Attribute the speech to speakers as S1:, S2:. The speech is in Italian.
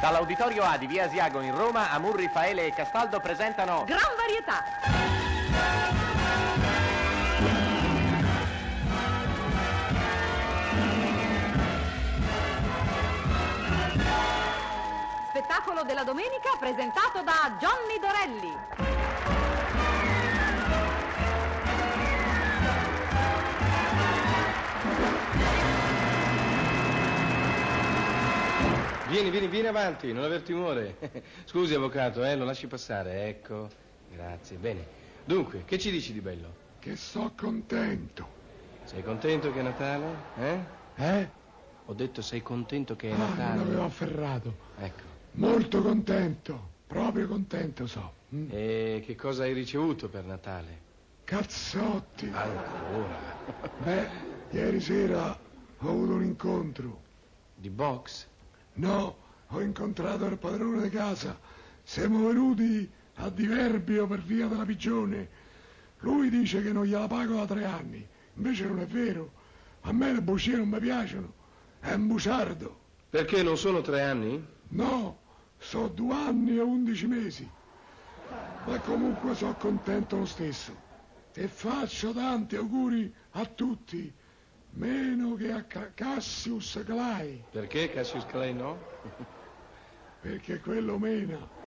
S1: Dall'Auditorio A di Via Asiago in Roma, Amurri, Faele e Castaldo presentano
S2: Gran varietà! Spettacolo della domenica presentato da Johnny Dorelli.
S3: Vieni, vieni, vieni avanti, non aver timore. Scusi, avvocato, eh, lo lasci passare, ecco. Grazie, bene. Dunque, che ci dici di bello?
S4: Che so contento.
S3: Sei contento che è Natale? Eh?
S4: Eh?
S3: Ho detto sei contento che è
S4: Ah, non avevo
S3: Natale.
S4: afferrato.
S3: Ecco.
S4: Molto contento. Proprio contento so. Mm.
S3: E che cosa hai ricevuto per Natale?
S4: Cazzotti.
S3: Ancora.
S4: Beh, ieri sera ho avuto un incontro.
S3: Di box?
S4: No, ho incontrato il padrone di casa. Siamo venuti a diverbio per via della pigione. Lui dice che non gliela pago da tre anni. Invece non è vero. A me le bugie non mi piacciono. È un buciardo.
S3: Perché non sono tre anni?
S4: No, so due anni e undici mesi. Ma comunque sono contento lo stesso. E faccio tanti auguri a tutti, meno che a Ca- Cassius Clay,
S3: Perché Cassius Clay no?
S4: perché quello mena.